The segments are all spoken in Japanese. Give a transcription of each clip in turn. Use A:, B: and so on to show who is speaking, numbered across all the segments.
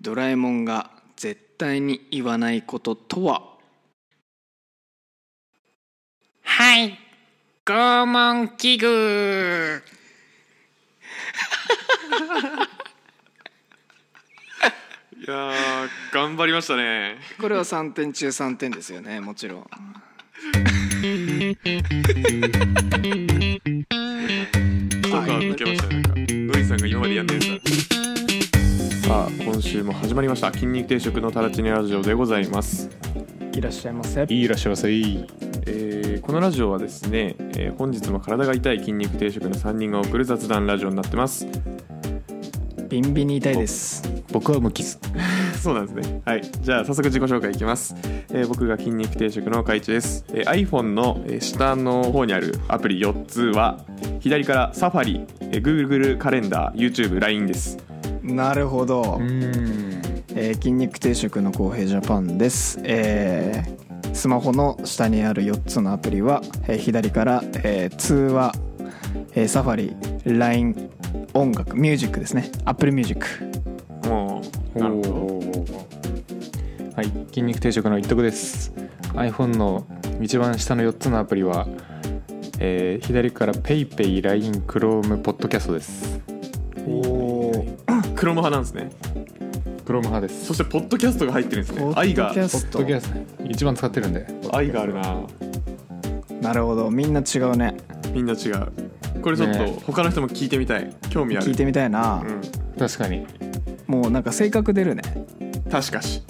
A: ドラえもんが絶対に言わないこととは
B: はい拷問器具
C: いやー頑張りましたね
A: これは3点中3点ですよねもちろん
C: 効果は抜けましたねなんかノイさんが今までやんねえさあ今週も始まりました筋肉定食のタラチネラジオでございます
D: いらっしゃいませ。
E: いらっしゃいませ
C: えーこのラジオはですね、えー本日も体が痛い筋肉定食の3人が送る雑談ラジオになってます
A: ビンビンに痛いです
E: 僕は無傷
C: そうなんですね。はい。じゃあ、早速自己紹介いきます。えー僕が筋肉定食の海地です。えー iPhone のえー下の方にあるアプリ4つは、左からサファリ、えー Google カレンダー、YouTube、LINE です。
A: なるほど
E: う、ん
A: えー筋肉定食の公平ジャパンです、えースマホの下にある4つのアプリは、えー左から、えー通話、えーサファリ LINE 音楽ミュージックですね Apple Music
C: もう、なるほど。
E: はい筋肉定食の一徳です iPhone の一番下の4つのアプリは、えー左から PayPay、LINE、Chrome、Podcast です
A: お
C: クロム派なんですね。
E: Chrome 派です
C: そして、ポッドキャストが入ってるんですね。愛が、
A: ス
E: Podcast 一番使ってるんで
C: 愛があるな。
A: なるほどみんな違うね
C: みんな違う。これちょっと、
E: ね
C: 他の人も聞いてみたい。興味ある。
A: 聞いてみたいな、
E: 確かに、
A: もうなんか性格出るね
C: うん。確かし。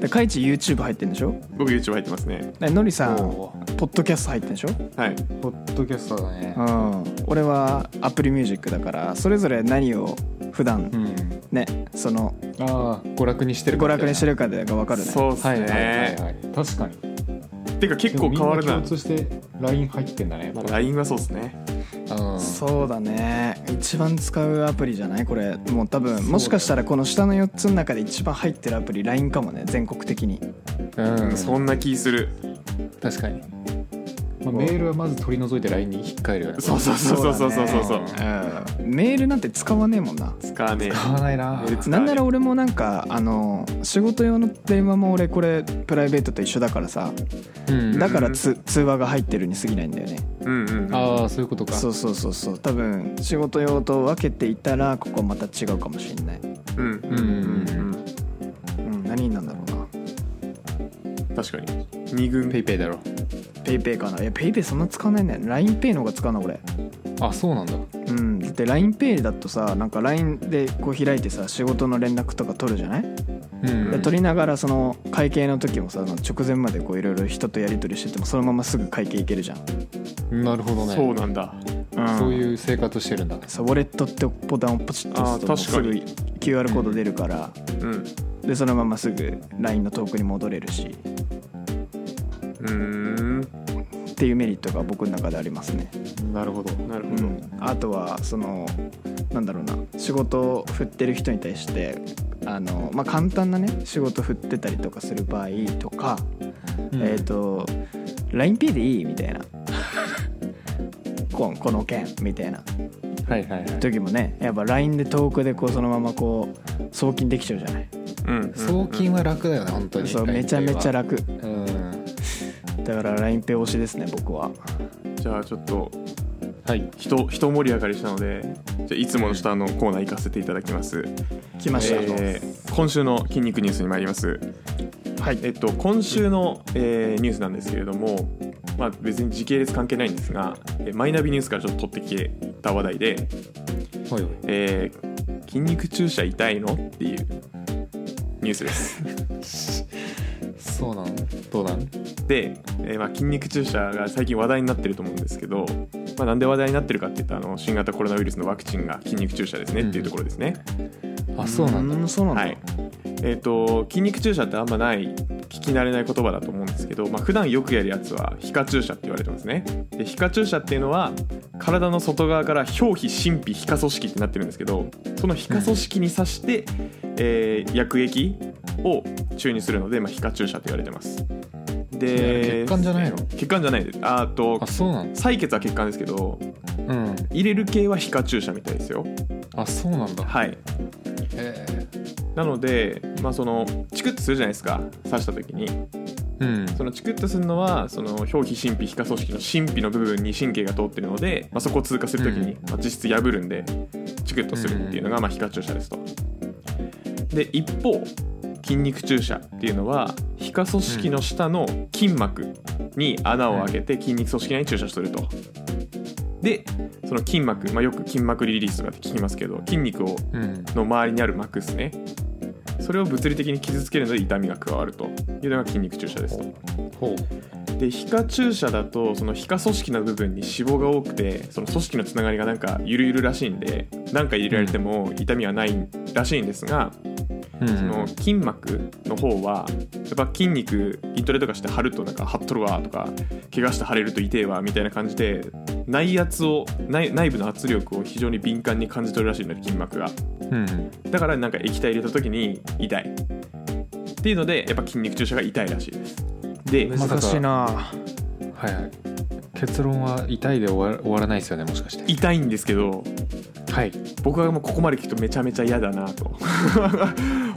A: でカイチ YouTube 入ってんでしょ
C: 僕 YouTube 入ってますね。
A: でノリさん
E: お
A: ポッドキャスト入ってんでしょ
C: はい。
E: ポッドキャストだね
A: うん俺は Apple Music だからそれぞれ何を普段
E: うん
A: ねその
E: ああ娯楽にしてる
A: 娯楽にして
E: る
A: るかでが分かるね
C: そうっすね。
E: はいはいはい、はい、確かに
C: てか、結構変わる
E: で
C: な
E: もみん。共通して LINE 入ってんだね
C: まあ LINE はそうっすね。
E: うん
A: そうだね一番使うアプリじゃないこれもう多分もしかしたらこの下の4つの中で一番入ってるアプリ LINE かもね全国的に
E: うん
C: そんな気する。
E: 確かに、まあ、メールはまず取り除いて LINE に引っ換えるよね
C: そうそうそうそうそうそうそう
A: そううんメールなんて使わねえもんな
C: 使わねえ
E: 買わないな
C: メール使わ
A: なん
C: ねえ
A: なら俺もなんかあの仕事用の電話も俺これプライベートと一緒だからさ
E: うん
A: だからつ通話が入ってるに過ぎないんだよね
C: うんうんうん
E: ああそういうことか
A: そうそうそうそう多分仕事用と分けていたらここまた違うかもしれない、
C: うんうんうん
A: うん、何になんだろうな
C: うん確かに二軍
E: ペイペイだろ
A: ペイペイかないやペイペイそんな使わないんだよ l i n e イの方が使うな俺
E: あそうなんだ
A: うんだって l i n e イだとさなんか LINE でこう開いてさ仕事の連絡とか取るじゃない、
E: うん
A: で取りながらその会計の時もさあの直前までこういろいろ人とやり取りしててもそのまますぐ会計いけるじゃん、
E: なるほどね
C: そうなんだ
A: ん
E: そういう生活してるんだ
A: さウォレットってボタンをポチッと押すとも
C: あ
A: うす
C: ー
A: ぐ
C: 確
A: QR コード出るから、
C: うん
A: でそのまますぐ LINE のトークに戻れるし
C: うん
A: っていうメリットが僕の中でありますね、
E: なるほど
C: なる
A: う
C: ほど
A: ん、あとはそのなんだろうな仕事を振ってる人に対してあの、まあ、簡単なね仕事振ってたりとかする場合とか、えっ、と LINEP でいいみたいなここの件みたいな
E: はいはいはい
A: 時もねやっぱ LINE でトークでこうそのままこう送金できちゃうじゃない
C: うん
E: 送金は楽だよね本当に
A: そうめちゃめちゃ
E: 楽
A: 楽
E: うん
A: だから LINEPay 推しですね僕は
C: じゃあちょっと
E: はい
C: 人人盛り上がりしたのでじゃあいつもの下のコーナー行かせていただきます
A: 来ました、
C: えー今週の筋肉ニュースに参ります
A: はい
C: えっと今週のえーニュースなんですけれどもまあ別に時系列関係ないんですがえーマイナビニュースからちょっと取ってきた話題で
E: ほいほい
C: えー筋肉注射痛いのっていうニュース です。
E: そうなんどうなん
C: で、えーまあ、筋肉注射が最近話題になってると思うんですけど、まあ、なんで話題になってるかって言ったらあの新型コロナウイルスのワクチンが筋肉注射ですねっていうところですね。
E: あそうなんだ
A: んそうなんだ、
C: はいえー、と筋肉注射ってあんまない聞き慣れない言葉だと思うんですけど、まあ普段よくやるやつは皮下注射って言われてますねで皮下注射っていうのは体の外側から表皮真皮皮下組織ってなってるんですけどその皮下組織に刺して、えー薬液を注入するので、まあ、皮下注射と言われてますで
E: 血管じゃないの
C: 血管じゃないですあーと
E: あそうなんだ
C: 採血は血管ですけど
E: うん
C: 入れる系は皮下注射みたいですよ
E: あそうなんだ
C: はい
E: へ
C: なので、まあ、そのチクッとするじゃないですか刺した時に
E: えうん
C: そのチクッとするのはその表皮神秘皮下組織の神秘の部分に神経が通ってるので、まあ、そこを通過する時に、
E: うん
C: まあ、実質破るんでチクッとするっていうのが、まあ、皮下注射ですとで一方筋肉注射っていうのは皮下組織の下の筋膜に穴を開けて筋肉組織内に注射するとでその筋膜、まあ、よく筋膜リリースとかって聞きますけど筋肉を
E: うん
C: の周りにある膜ですねそれを物理的に傷つけるので痛みが加わるというのが筋肉注射ですと
E: ほう
C: で皮下注射だとその皮下組織の部分に脂肪が多くてその組織のつながりがなんかゆるゆるらしいんで何か入れられても痛みはないらしいんですが、
E: うん
C: その筋膜の方はやっぱ筋肉筋トレとかして張るとなんか張っとるわとか怪我して張れると痛えわみたいな感じで内圧を内内部の圧力を非常に敏感に感じ取るらしいので筋膜が。
E: うん
C: だからなんか液体入れた時に痛いっていうのでやっぱ筋肉注射が痛いらしいですで
E: まさか
A: 難しいな
E: はいはい結論は痛いで終わ終わらないですよねもしかして
C: 痛いんですけど
E: はい
C: 僕はもうここまで聞くとめちゃめちゃ嫌だなと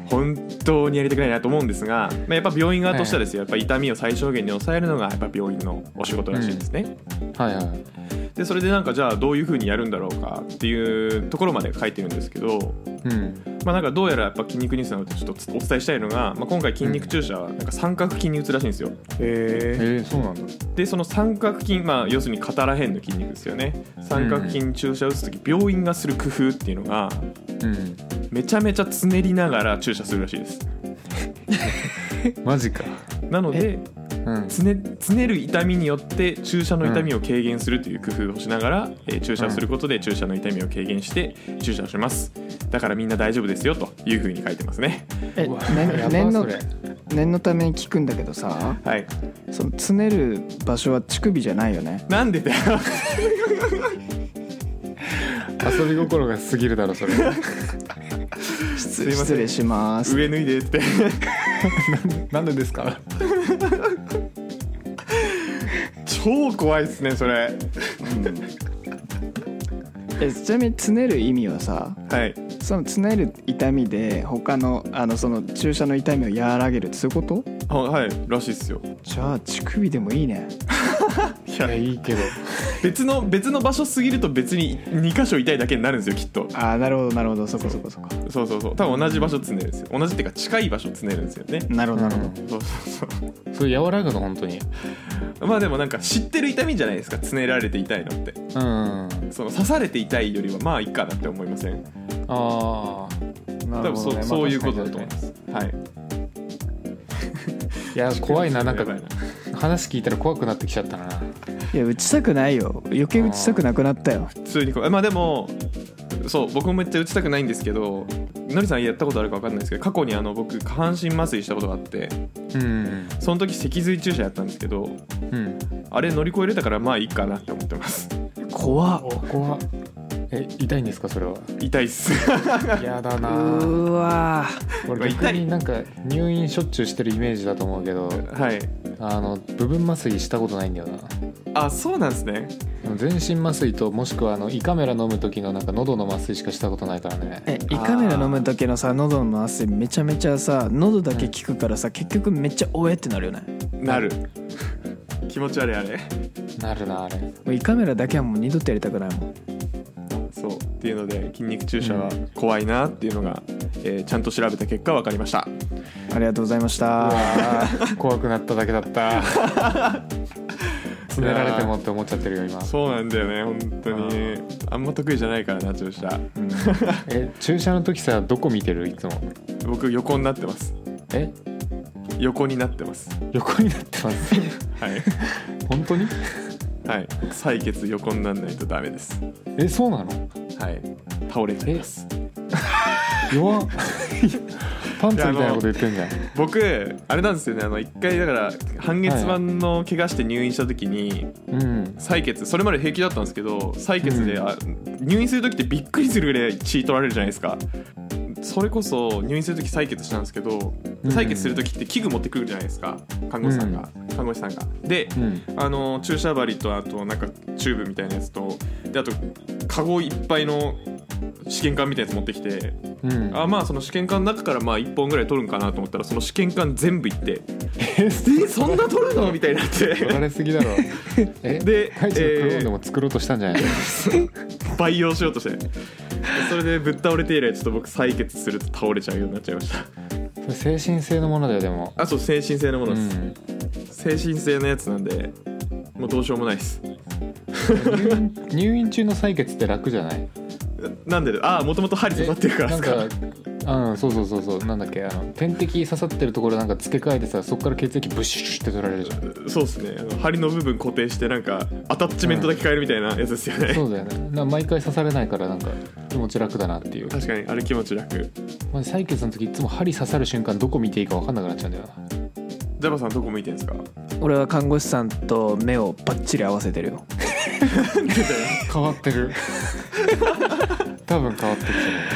C: 本当にやりたくないなと思うんですが、まあ、やっぱ病院側としてはですよやっぱ痛みを最小限に抑えるのがやっぱ病院のお仕事らしいですね、
E: はいはい
C: でそれでなんかじゃあどういう風にやるんだろうかっていうところまで書いてるんですけど
E: うん
C: まあ、なんかどうやらやっぱ筋肉ニュースなのでちょっとお伝えしたいのが、まあ、今回筋肉注射はなんか三角筋に打つらしいんですよ
E: え
A: え
E: ー、そうなんだ
C: でその三角筋、まあ、要するに肩らへんの筋肉ですよね三角筋注射打つ時病院がする工夫っていうのが
E: うん
C: めちゃめちゃつねりながら注射するらしいです
E: マジか
C: なので
E: うん
C: つねつねる痛みによって注射の痛みを軽減するという工夫をしながら、えー注射することで注射の痛みを軽減して注射をしますだからみんな大丈夫ですよというふうに書いてますね
A: え
E: うわ
A: ね
E: やば
A: 念の
E: それ
A: 念のために聞くんだけどさ
C: はい
A: そのつねる場所は乳首じゃないよね
C: なんでだよ
E: 遊び心が過ぎるだろそれ
A: 失
C: いません
A: 失礼します
C: 上脱いでって
E: なんでですか
C: 超怖いっすねそれ
A: えちなみにつねる意味はさ
C: はい
A: そのつねる痛みで他のあのその注射の痛みを和らげるってそういうこと
C: あはいらしいっすよ
A: じゃあ乳首でもいいね
C: い
E: い
C: や
E: やいいけど
C: 別の別の場所すぎると別に2箇所痛いだけになるんですよきっと
A: ああなるほどなるほどそこそこそこ
C: そうそうそう多分同じ場所つねるんですよ同じっていうか近い場所つねるんですよね
A: なるほどなるほど、
C: そうそうそ
E: それ和らぐの本当に
C: うまあでもなんか知ってる痛みじゃないですかつねられて痛いのって
E: うんあ
C: その刺されて痛いよりはまあいいかなって思いません
E: あ
A: な
C: 多
A: る
C: 分
A: ほど
C: そう
A: ね
C: そういうことだと思いますはい
E: いや怖いななんか
C: やばいな
E: 話聞いたら怖くなってきちゃったない
A: や打ちたくないよ余計打ちたくなくなったよ
C: 普通にこうまあでもそう僕もめっちゃ打ちたくないんですけどのりさんやったことあるか分かんないですけど過去にあの僕下半身麻酔したことがあって
E: うん
C: その時脊髄注射やったんですけど
E: うん
C: あれ乗り越えれたからまあいいかなって思ってます
A: 怖っ
E: 怖っえ痛いんですかそれは
C: 痛いっす
E: やだ
A: う
E: な
A: ーわ
E: 俺逆になんか入院しょっちゅうしてるイメージだと思うけど
C: はい
E: あの部分麻酔したことないんだよな
C: あそうなんですね
E: 全身麻酔ともしくはあの胃カメラ飲む時のなんか喉の麻酔しかしたことないからね
A: え胃カメラ飲む時のさ喉の汗めちゃめちゃさ喉だけ効くからさ結局めっちゃおえってなるよね
C: なる気持ち悪いあれ
E: なるなあれ
A: もう胃カメラだけはもう二度とやりたくないもん
C: そうっていうので筋肉注射は怖いなっていうのが、えーちゃんと調べた結果分かりました
A: ありがとうございまし
E: う
A: た
E: わー怖くなっただけだったつねられてもって思っちゃってるよ今
C: そうなんだよね本当
E: あ
C: にあんま得意じゃないからな注射
E: え注射の時さどこ見てるいつも
C: 僕横になってます
E: え
C: 横になってます
E: 横になってます
C: はい
E: 本当に
C: はい採血横にならないとダメです
E: えそうなの
C: はい倒れちゃいます
E: 弱っパンツみたいなこと言ってんじゃん
C: 僕あれなんですよねあの一回だから半月板の怪我して入院した時に
E: うん
C: 採血それまで平気だったんですけど採血で、あ入院する時ってびっくりするぐらい血取られるじゃないですかそれこそ入院する時採血したんですけど
E: うん
C: 採血する時って器具持ってくるじゃないですか看護師さんが、看護師さんがで、
E: うん
C: あの注射針とあとなんかチューブみたいなやつとであとカゴいっぱいの試験管みたいなやつ持ってきて
E: うん
C: あまあその試験管の中からまあ1本ぐらい取るんかなと思ったらその試験管全部いって
E: え
C: えそんな取るのみたいになっ
E: 取ら
C: て
E: れすぎだろえ
C: で
E: カイジのクローンでも作ろうとしたんじゃないの、
C: 培養しようとしてそれでぶっ倒れて以来ちょっと僕採血すると倒れちゃうようになっちゃいました
E: それ精神性のものだよでも
C: あそう精神性のも
E: う
C: のです、
E: ん
C: 精神性のやつなんでもうどうしようもないです
E: 入院入院中の採血って楽じゃない
C: なんでああもともと針刺さってるからですか
E: なんかうんそうそうそうそうなんだっけあの点滴刺さってるところなんか付け替えてさそこから血液ブシュシュって取られるじゃん
C: そうですねあの針の部分固定してなんかアタッチメントだけ変えるみたいなやつですよね、
E: そうだよねな毎回刺されないからなんか気持ち楽だなってい う
C: 確かにあれ気持ち楽
E: まあ採血の時いつも針刺さる瞬間どこ見ていいか分かんなくなっちゃうんだよな
C: ジャバさんどこ向いてるんですか
A: 俺は看護師さんと目をバッチリ合わせてるよ
E: 変わってる 多分変わって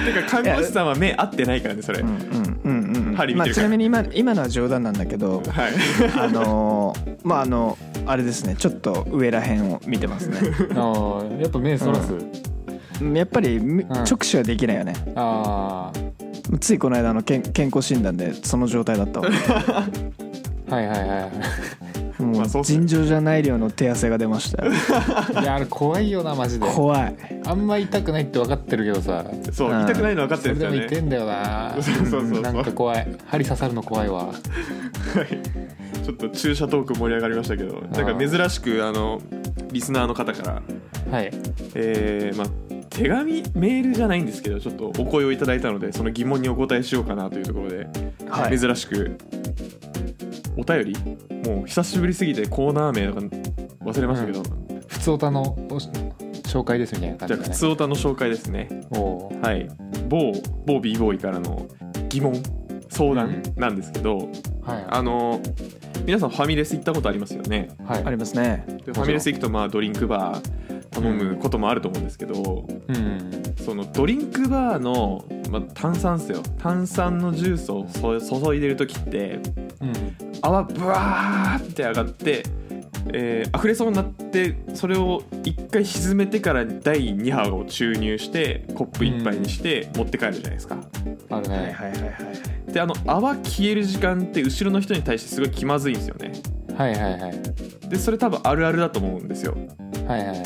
E: る
C: てか看護師さんは目合ってないからねそれ、
A: うんうんうんうん
C: 針見
A: まあ、
C: てる
A: ち
C: から
A: なみに今今のは冗談なんだけど
C: はい
A: あのー まああのあれですねちょっと上らへんを見てます ね
E: と思うああやっぱ目そらす、
A: うんやっぱりみ
E: ん
A: 直視はできないよね
E: あ
A: ついこの間のけん健康診断でその状態だった わ
E: あはいはいは
A: も
C: まあそう
A: う
C: っすね
A: 尋常じゃない量の手汗が出ま したよ
E: いいやあれ怖いよなマジで
A: 怖い
E: あんま痛くないって分かってるけどさ
C: そう
A: うん
C: 痛くないの分かっ
E: そ
C: てる
E: れ
C: んで
E: です
C: よ
E: も痛い
C: ね
E: んだよな
C: そうそうそうそう
E: なんか怖い針刺さるの怖いわ
C: ちょっと注射トーク盛り上がりましたけどなんか珍しくあのリスナーの方から
E: はい
C: えーまあ手紙メールじゃないんですけどちょっとお声をいただいたのでその疑問にお答えしようかなというところで、
A: はい
C: 珍しくお便りもう久しぶりすぎてコーナー名とか忘れましたけど、
E: 普通歌のおし紹介ですみたいな感
C: じゃ
E: じ
C: あ普
E: だね
C: 通おたの紹介ですね
E: おー
C: はい某某 b ボーイからの疑問相談なんですけど、
E: はい
C: あの皆さんファミレス行ったことありますよね
E: はい
A: ありますね
C: でファミレス行くとまあドリンクバー頼むこともあると思うんですけど、
E: うんうん
C: そのドリンクバーの、まあ、炭酸っすよ炭酸のジュースをそ注いでる時って
E: うん
C: 泡ブワーって上がって、えー溢れそうになってそれを一回沈めてから第2波を注入してコップ一杯にして持って帰るじゃないですか、
E: あるね、
A: はいはいはいはい
C: であの泡消える時間って後ろの人に対してすごい気まずいんですよね
E: はいはいはい
C: でそれ多分あるあるだと思うんですよ
E: はいはいはい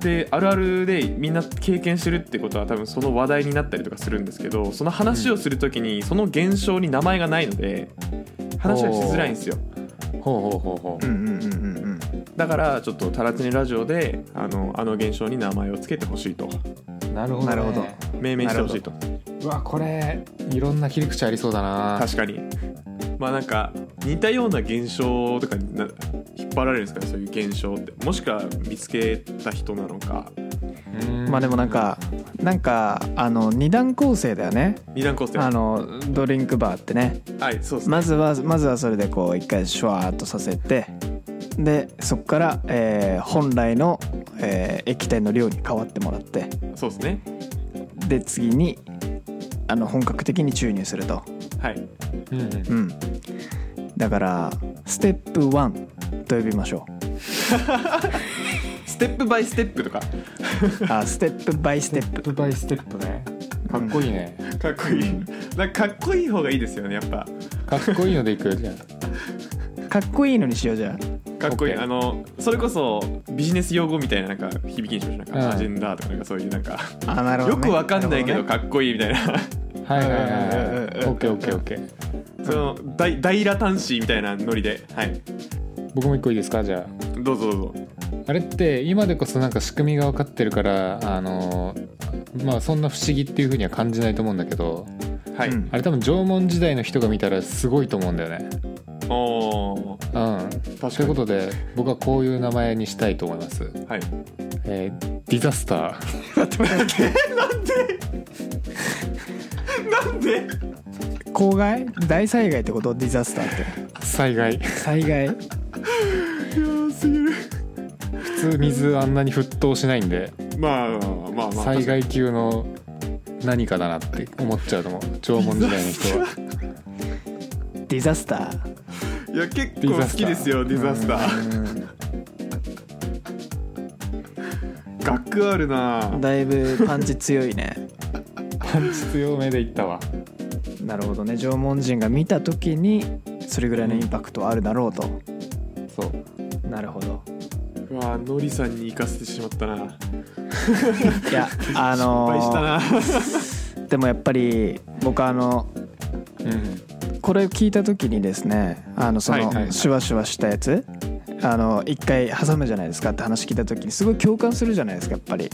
C: であるあるでみんな経験してるってことは多分その話題になったりとかするんですけどその話をするときにその現象に名前がないので話がしづらいんですよ
E: ほうほうほうほう
A: うんうんうんうんうん
C: だからちょっと「タラチネラジオで」あのあの現象に名前をつけてほしいと
E: なるほど、ね、
A: なるほど
C: 命名してほしいと
E: うわこれいろんな切り口ありそうだな
C: 確かにまあなんか似たような現象とかにな引っ張られるんですかねそういう現象ってもしくは見つけた人なのか
A: まあでもなんかなんかあの二段構成だよね
C: 二段構成
A: あのドリンクバーってね
C: はいそうですね
A: まずはまずはそれでこう一回シュワーっとさせてでそこから、えー本来の、えー液体の量に変わってもらって
C: そうですね
A: で次にあの本格的に注入すると、
C: はい
E: うんうん
A: うん、だからステップ1と呼びましょ
C: ステップバイステップとか
A: うあステップバイステッ
E: ステッ
A: プ
E: プバイステップねかっこいいね、
C: かっこいい、なんかかっこいい方がいいですよねやっぱ
E: かっこいいのでいくじゃん
A: かっこいいのにしようじゃ
C: かっこいい
E: OK
C: あのそれこそビジネス用語みたいななんか響きにしましょうなんか、
E: うん
C: アジェンダーとかなんかそういうなんか
A: ああなるほ
C: よ
A: どね、
C: くわかんないけど
A: る
C: かっこいいみたいな
E: はいはいはいはい
A: うんうんうんうん
E: オッケーオッケーオッケー
C: その大大羅端子みたいなノリではい
E: 僕も一個いいですかじゃあ
C: どうぞどうぞ
E: あれって今でこそなんか仕組みが分かってるからあのまあそんな不思議っていうふうには感じないと思うんだけど
C: はい、
A: うん
E: あれ多分縄文時代の人が見たらすごいと思うんだよね
C: おー
E: うん
C: 確
E: と
C: か
E: いう
C: に
E: ことで僕はこういう名前にしたいと思います、
C: はい
E: えーディザスター
A: ほど
C: なんで
A: ね公害大災害ってことディザスターって
E: 災害
A: 災害
E: 普通水あんなに沸騰しないんで
C: まあまあまあまあ
E: 災害級の何かだなって思っちゃうと思う縄文時代の人は
A: ディザスター
C: いや結構好きですよディザスター
E: ー
C: 学区あるな
A: だいぶパンチ強いね
E: パンチ強めでいったわ
A: なるほどね縄文人が見た時にそれぐらいのインパクトはあるだろうと、
E: そう
A: なるほど
C: うわノリさんに行かせてしまったない
A: やあ
C: 失敗した
A: の
C: な
A: ーでもやっぱり僕あの
E: うん
A: これ聞いた時にですねあのそ
C: はいはいは
A: の
C: い
A: シュワシュワしたやつあの一回挟むじゃないですかって話聞いた時にすごい共感するじゃないですかやっぱり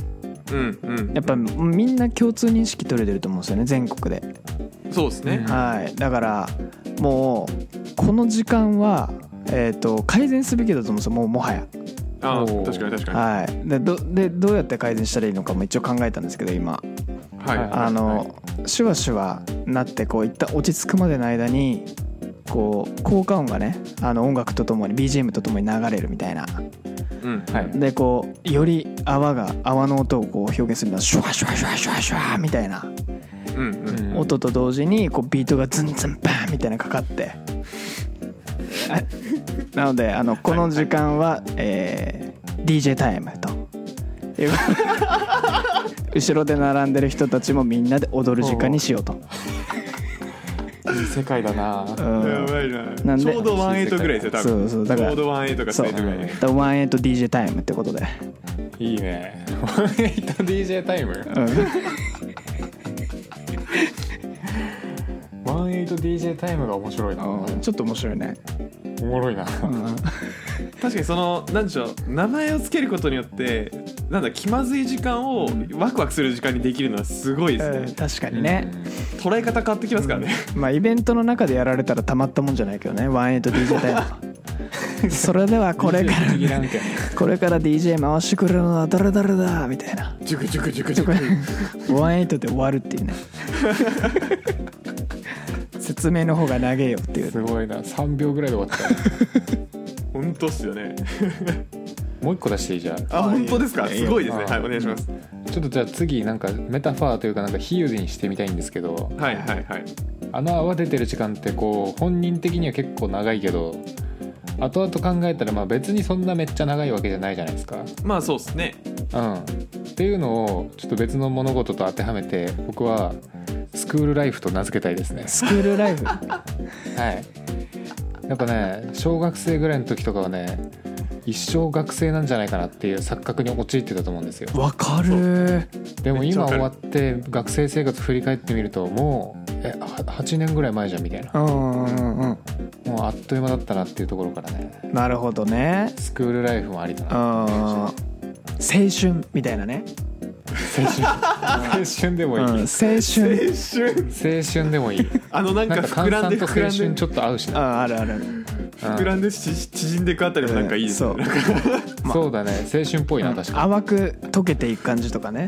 C: うんうん
A: やっぱみんな共通認識取れてると思うんですよね全国で
C: そうですね、
A: はいだからもうこの時間はえー、と改善すべきだと思うんですよもうもはや
C: あ
E: お
C: ー
E: ー
C: 確かに確かには
A: はいでどでどうやって改善したらいいのかも一応考えたんですけど今
C: い、
E: はい
A: あのシュワシュワなってこう一旦落ち着くまでの間にこう効果音がねあの音楽とともに BGM とともに流れるみたいな
C: うん
E: はい
A: でこうより泡が泡の音をこう表現するのはシュワシュワシュワシュワシュワみたいな
C: うんうん
E: うん
A: 音と同時にこうビートがズンズンバーンみたいなのかかってあなのであのこの時間は、えー DJ タイムと いう後ろで並んでる人たちもみんなで踊る時間にしようと。
E: いい世界だな
A: うん
C: やばいな
A: なんで
C: ちょうど18ぐらいですよ多分
A: そうそうだから
C: ちょうど18か
A: そう
C: 18ぐらいね
A: だワンエイト DJ タイムってことで、
E: いいねワンエイト DJ タイム ワンエイト DJ タイムが面白いなお
A: うんちょっと面白いね、
E: もろいな
C: 確かにその何でしょう名前をつけることによってなんだ気まずい時間をワクワクする時間にできるのはすごいですね、
A: 確かにね、
C: 捉え方変わってきますからね、
A: まあイベントの中でやられたらたまったもんじゃないけどねワンエイト DJ タイム はそれではこれから
E: 握らんけん
A: これから DJ 回してくれるのは誰誰だみたいな
C: ジュクジュクジュクジュ
A: こ
C: ク
A: れワンエイトで終わるっていうね説明の方が長えよっていう
E: すごいな3秒ぐらいで終わったよ
C: 本当っすよね
E: もう一個出していいじゃん
C: あ本当ですかすごいですね
E: いいよ
C: はいお願いします
E: ちょっとじゃあ次なんかメタファーというかなんか比喩にしてみたいんですけど
C: はいはいはい
E: あの泡出てる時間ってこう本人的には結構長いけど後々考えたらまあ別にそんなめっちゃ長いわけじゃないじゃないですか。
C: まあそうっすね
E: うん、っていうのをちょっと別の物事と当てはめて僕はスクールライフと名付けたいですね。
A: スクールライフ
E: はい、やっぱね小学生ぐらいの時とかはね一生学生なんじゃないかなっていう錯覚に陥ってたと思うんですよ。
A: わかる
E: でも
C: めっちゃ
E: 今
C: わか
E: 終
C: る
E: わって学生生活振り返ってみるともうえは8年ぐらい前じゃんみたいな
A: うんうんうん
E: もうあっという間だったなっていうところからね
A: うんなるほどね
E: スクールライフもありだな
A: あー青春みたいなね、
E: 青 春青春でも
A: う
E: い
A: ん、
E: い、
A: 青
E: 青
A: 春
C: 青春
E: 春でもいい
C: あのなん
E: な
C: か
E: んか
C: 膨
E: 炭
C: らん
E: 酸
C: で
E: と青
C: 膨らん
E: 春
C: で
E: ちょっと合うし
A: あ
E: な、
A: ーあるあるある
E: うん
C: 膨らんでし縮んでいくあたりもなんかいいですね
A: そう
C: なんか
E: そうだね青春っぽいな確か
A: 淡く溶けていく感じとかね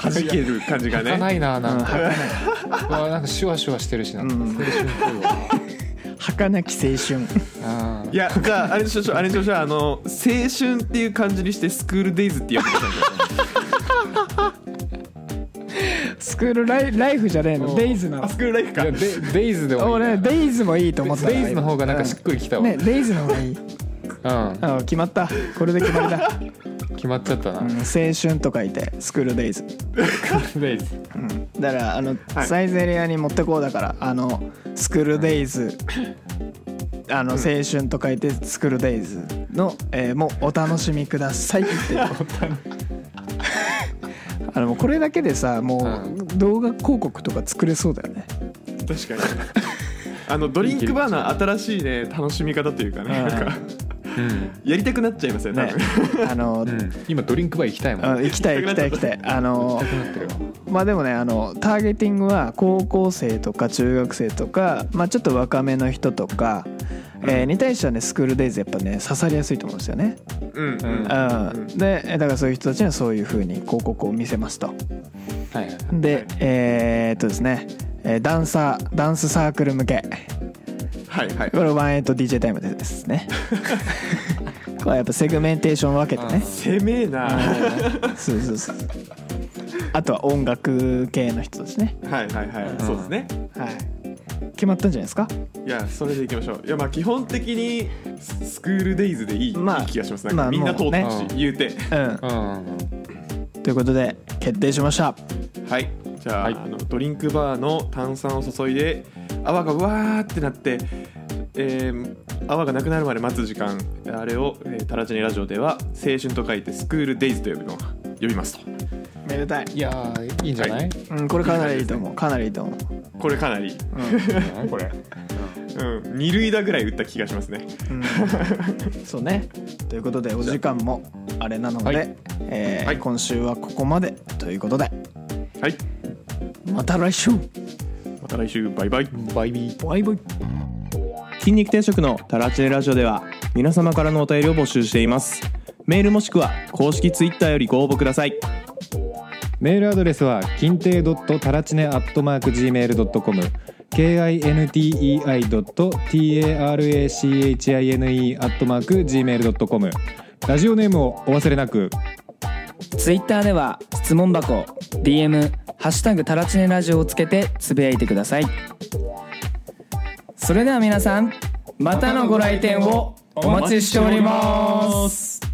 C: 弾ける感じが
E: に、はな
C: ね
E: いななんか、
A: う
E: うわなんかシュワシュワしてるしな、
A: ん
E: 青春っぽいわ
A: 儚き青春
E: あー
C: いやじゃああれにしましょうあれにしましょうあの青春っていう感じにしてスクールデイズって呼んでください
A: スクールライライフじゃねえ
E: う
A: の
E: ん
A: デイズなの
C: あスクールライフか
E: いやデデイズでもいいな
A: 俺デイズもいいと思ってた
E: デイズの方がなんかしっくりきたわ、
A: ねデイズの方がいい
E: うん
A: あー決まったこれで決まりだ、
E: 決まっちゃったな、
A: うん、青春と書いてスクールデイズ
E: デイズ
A: だからあの、
C: はい
A: サイゼリアに持ってこうだからあのスクールデイズ、あの青春と書いてスクールデイズの、えーもうお楽しみくださいっていうあのもうこれだけでさもう動画広告とか作れそうだよね、
C: 確かにあのドリンクバーナー新しいね楽しみ方というかね
A: うん
C: なんか
E: うん
C: やりたくなっちゃいますよね
A: ね
C: 多分
A: あの、
E: うん、今ドリンクバー行きたいもん
A: あの行きたい行きたい行きたいあのまあでもねあのターゲティングは高校生とか中学生とか、まあ、ちょっと若めの人とか、えーに対してはねスクールデイズやっぱね刺さりやすいと思うんですよね、
C: うんうん
A: うん、でだからそういう人たちにはそういうふうに広告を見せますと
E: はいはい
A: でえー、っとですねえーダンサーダンスサークル向け
C: はいはい
A: これワンエイト DJ タイムですね これはやっぱセグメンテーションを分けてね
C: 攻めえな
A: そうそうそうあとは音楽系の人ですね
C: はいはいはい、
E: ん
C: そうですね
A: はい決まったんじゃないですか
C: いやそれでいきましょういやまあ基本的にススクールデイズでいい,、
A: まあ
C: いい気がしますなん
A: ま
C: か
A: あ
C: みんな通ってほ
E: も
C: し
E: う
C: い、
E: ね
C: 言うて
A: うん
E: うん
A: ということで決定しました
C: はいじゃあ,、
E: はい
C: あのドリンクバーの炭酸を注いで泡がうわーってなって、えー泡がなくなるまで待つ時間あれを、えータラチネラジオでは「青春」と書いて「スクールデイズ」と呼ぶのを呼びますと
A: めでたい、
E: いやーいいんじゃない、
C: はい
A: うん、これかなりいいと思うかなりいいと思う
C: これかなり、
E: これ
C: うん、二塁打ぐらい打った気がしますね
A: うんそうねということでお時間もあれなので、
E: はい
A: えー
C: はい
A: 今週はここまでということで
C: はい
A: また来週
C: また来週バイバイ
E: バイビー
A: バイバイ
C: 筋肉定食のタラチネラジオでは皆様からのお便りを募集していますメールもしくは公式ツイッターよりご応募ください
E: メールアドレスは金亭ドットタラチネアットマーク gmail ドットコム k i n t e i ドット t a r a c h i n e アットマーク gmail ドットコムラジオネームをお忘れなく
F: ツイッターでは質問箱 DM「ハッシュタグタラチネラジオ」をつけてつぶやいてくださいそれでは皆さんまたのご来店をお待ちしております